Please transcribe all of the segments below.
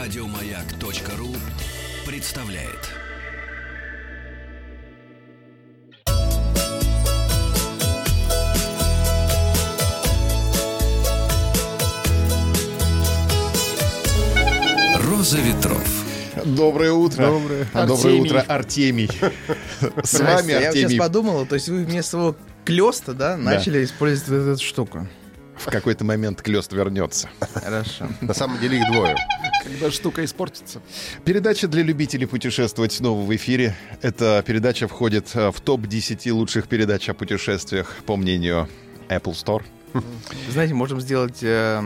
Радиомаяк.ру представляет. Роза ветров. Доброе утро. Доброе. А, Доброе Артемий. утро, Артемий. С вами Здрасте. Я вот сейчас Артемий подумал, то есть вы вместо слова клёста, да, начали использовать вот эту штуку. в какой-то момент клёст вернется. Хорошо. На самом деле их двое. Когда штука испортится. Передача для любителей путешествовать снова в эфире. Эта передача входит э, в топ-10 лучших передач о путешествиях, по мнению Apple Store. Знаете, можем сделать э,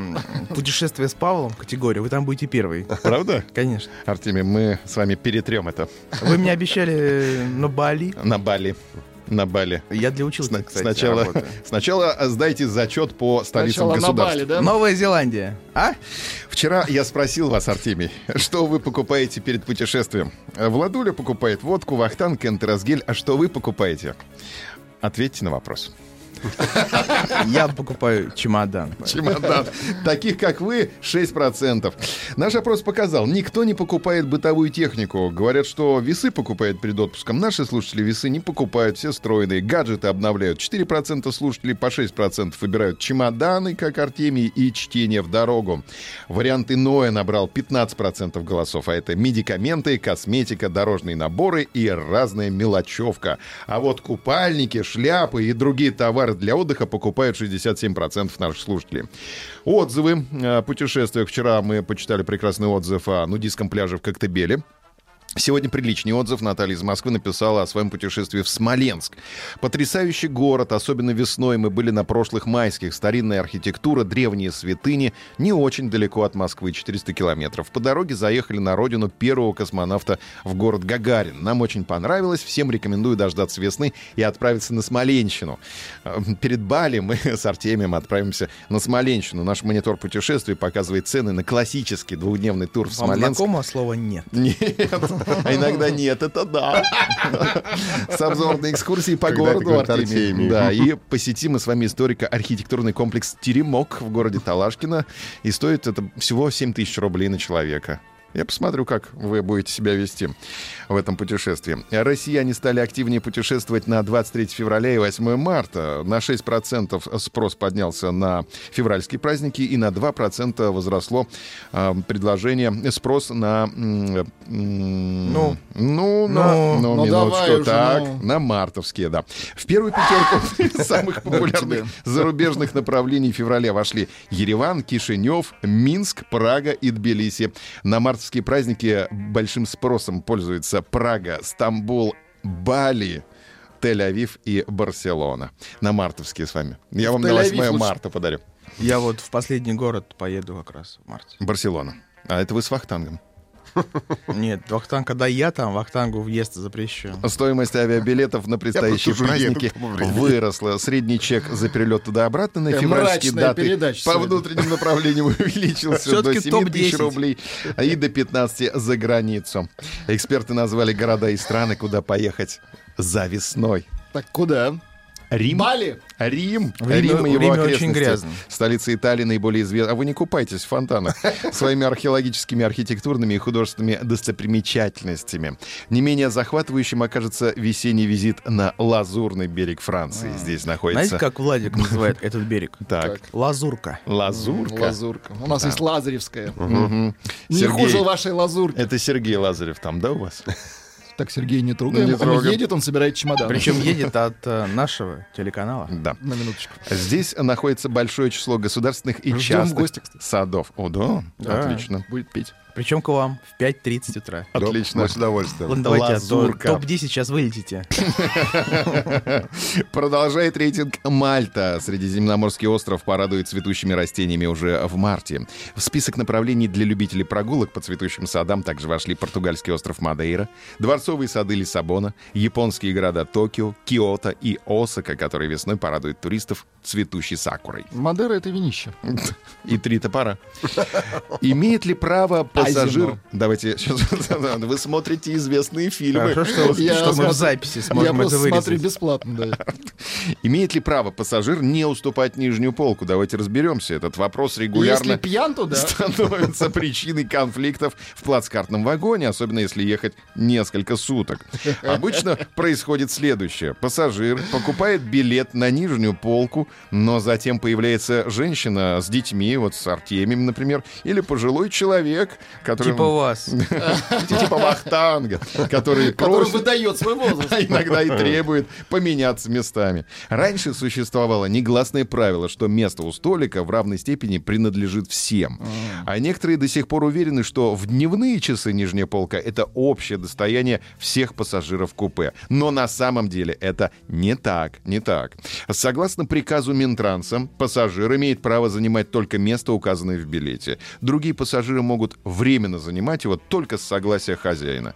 путешествие с Павлом категорию. Вы там будете первый. Правда? Конечно. Артемий, мы с вами перетрем это Вы мне обещали э, на Бали. на Бали. На Бали. Я для учился, Сна- кстати, сначала, работаю. сначала э, сдайте зачет по столицам Сначала на государств. Бали, да? Новая Зеландия. А? Вчера я спросил вас, Артемий, что вы покупаете перед путешествием? Владуля покупает водку, вахтанг, энтеросгель. А что вы покупаете? Ответьте на вопрос. Я покупаю чемодан. Чемодан. Таких, как вы, 6%. Наш опрос показал, никто не покупает бытовую технику. Говорят, что весы покупают перед отпуском. Наши слушатели весы не покупают, все стройные. Гаджеты обновляют. 4% слушателей по 6% выбирают чемоданы, как Артемий, и чтение в дорогу. Вариант иное набрал 15% голосов, а это медикаменты, косметика, дорожные наборы и разная мелочевка. А вот купальники, шляпы и другие товары для отдыха покупают 67% наших слушателей. Отзывы э, о путешествиях. Вчера мы почитали прекрасный отзыв о нудистском пляже в Коктебеле. Сегодня приличный отзыв Наталья из Москвы написала о своем путешествии в Смоленск. Потрясающий город, особенно весной мы были на прошлых майских. Старинная архитектура, древние святыни, не очень далеко от Москвы, 400 километров. По дороге заехали на родину первого космонавта в город Гагарин. Нам очень понравилось, всем рекомендую дождаться весны и отправиться на Смоленщину. Э, Перед Бали мы с Артемием отправимся на Смоленщину. Наш монитор путешествий показывает цены на классический двухдневный тур в Вам Смоленск. знакомого слова нет. Нет, а иногда нет, это да. С обзорной экскурсией по Когда это городу говорит Артемий. Артемий. Да, и посетим мы с вами историко архитектурный комплекс «Теремок» в городе Талашкино. И стоит это всего 7 тысяч рублей на человека. Я посмотрю, как вы будете себя вести в этом путешествии. Россияне стали активнее путешествовать на 23 февраля и 8 марта. На 6% спрос поднялся на февральские праздники и на 2% возросло э, предложение, спрос на... м, э, м, Ну. ну, Ну, на, ну, ну, минуточку, давай уже, так, ну. на мартовские, да. В первую пятерку самых популярных тебе. зарубежных направлений февраля вошли Ереван, Кишинев, Минск, Прага и Тбилиси. На мартовские праздники большим спросом пользуются Прага, Стамбул, Бали. Тель-Авив и Барселона. На мартовские с вами. Я вам на Тель-Авив 8 лучше. марта подарю. Я вот в последний город поеду как раз в марте. Барселона. А это вы с Вахтангом. Нет, Вахтанг, когда я там, Вахтангу въезд запрещен. Стоимость авиабилетов на предстоящие Я просто уже еду праздники к тому времени. выросла. Средний чек за перелет туда-обратно на Э, февральские мрачная даты по передача сегодня. внутренним направлениям увеличился до Всё-таки 7 топ-10. тысяч рублей а и до 15 за границу. Эксперты назвали города и страны, куда поехать за весной. Так куда? Рим. Бали? Рим. Время- Рим и его время очень окрестности. грязно. Столица Италии наиболее известна. А вы не купайтесь в фонтанах. Своими археологическими, архитектурными и художественными достопримечательностями. Не менее захватывающим окажется весенний визит на Лазурный берег Франции. Здесь находится... Знаете, как Владик называет этот берег? Так. Лазурка. Лазурка. Лазурка. У нас есть Лазаревская. Мгм. Не Сергей. хуже вашей Лазурки. Это Сергей Лазарев там, да, у вас? Так Сергей не трогаем. Не Он трогаем. едет, он собирает чемодан. Причем едет от э, нашего телеканала. Да. На минуточку. Здесь находится большое число государственных и Ждем частных гостя, садов. О, да? Да. Отлично. Будет пить. Причем к вам в 5.30 утра. Отлично. С удовольствием. Ладно, давайте, а то Лазурка. топ-10 сейчас вылетите. Продолжает рейтинг Мальта. Средиземноморский остров порадует цветущими растениями уже в марте. В список направлений для любителей прогулок по цветущим садам также вошли португальский остров Мадейра, дворцовые сады Лиссабона, японские города Токио, Киото и Осака, которые весной порадуют туристов цветущей сакурой. Мадера — это винище. И три топора. Имеет ли право пассажир. зиму. Давайте сейчас. Вы смотрите известные фильмы. Хорошо, что, Я что мы смотрю- Ну, в записи Я сможем это просто смотрю вырезать. бесплатно, да. Имеет ли право пассажир не уступать нижнюю полку? Давайте разберемся. Этот вопрос Если регулярно пьян, то да. становится причиной конфликтов в плацкартном вагоне, особенно если ехать несколько суток. Обычно происходит следующее. Пассажир покупает билет на нижнюю полку, но затем появляется женщина с детьми, вот с Артемием, например, или пожилой человек, который... Типа вас. Типа Вахтанга, который Который просит... выдает свой возраст. А иногда и требует поменяться местами. Раньше существовало негласное правило, что место у столика в равной степени принадлежит всем. А некоторые до сих пор уверены, что в дневные часы нижняя полка — это общее достояние всех пассажиров купе. Но на самом деле это не так, не так. Согласно приказу Минтранса, пассажир имеет право занимать только место, указанное в билете. Другие пассажиры могут временно занимать его только с согласия хозяина.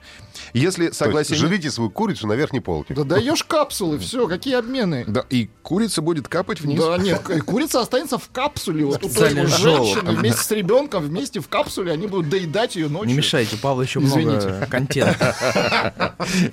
Если То есть согласие... не- жрите свою курицу на верхней полке. Да даешь капсулы, все, какие обмены? Да, и курица будет капать вниз. Да, нет, к- курица останется в капсуле. Вот тут Специальный вот желоб. женщины вместе с ребенком, вместе в капсуле, они будут доедать ее ночью. Не мешайте, у Павла еще Извините. много контента.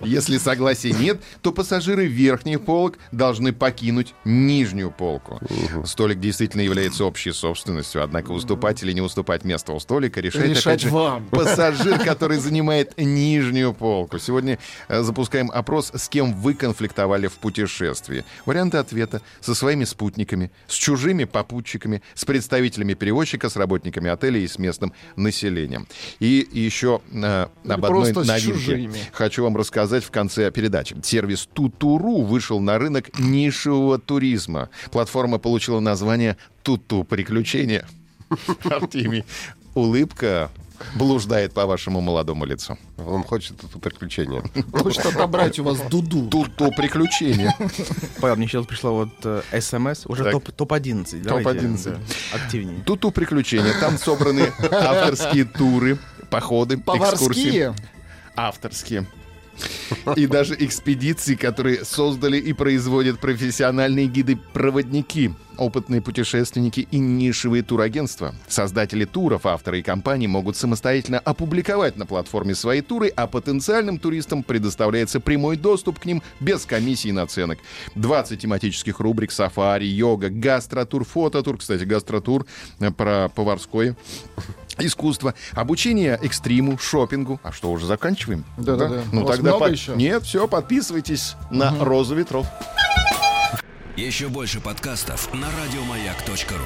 Если согласия нет, то пассажиры верхних полок должны покинуть нижнюю полку. Столик действительно является общей собственностью, однако уступать или не уступать место у столика решает Решать опять же, вам. пассажир, который занимает нижнюю полку. Сегодня э, запускаем опрос, с кем вы конфликтовали в путешествии. Варианты ответа со своими спутниками, с чужими попутчиками, с представителями перевозчика, с работниками отеля и с местным населением. И еще э, об одной Просто с новинке. чужими. Хочу вам рассказать в конце передачи. Сервис Тутуру вышел на рынок нишевого туризма. Платформа получила название Туту приключения. Артемий, улыбка блуждает по вашему молодому лицу. Он хочет это приключение. Хочет отобрать у вас дуду. Туту приключения. Павел, мне сейчас пришла вот э, СМС, уже Так. топ- топ-11. Давайте, Топ-11. да, Активнее. Туту приключения. Там собраны авторские туры, походы, экскурсии. Поварские. авторские. И даже экспедиции, которые создали и производят профессиональные гиды-проводники, опытные путешественники и нишевые турагентства. Создатели туров, авторы и компании могут самостоятельно опубликовать на платформе свои туры, а потенциальным туристам предоставляется прямой доступ к ним без комиссии и наценок. 20 тематических рубрик «Сафари», «Йога», «Гастротур», «Фототур». Кстати, «Гастротур» э, про поварское искусство, обучение экстриму, шопингу. А что, уже заканчиваем? Да-да-да. У Ну вас тогда много под- еще? Нет, все, подписывайтесь на Розу ветров. Еще больше подкастов на радиомаяк.ру.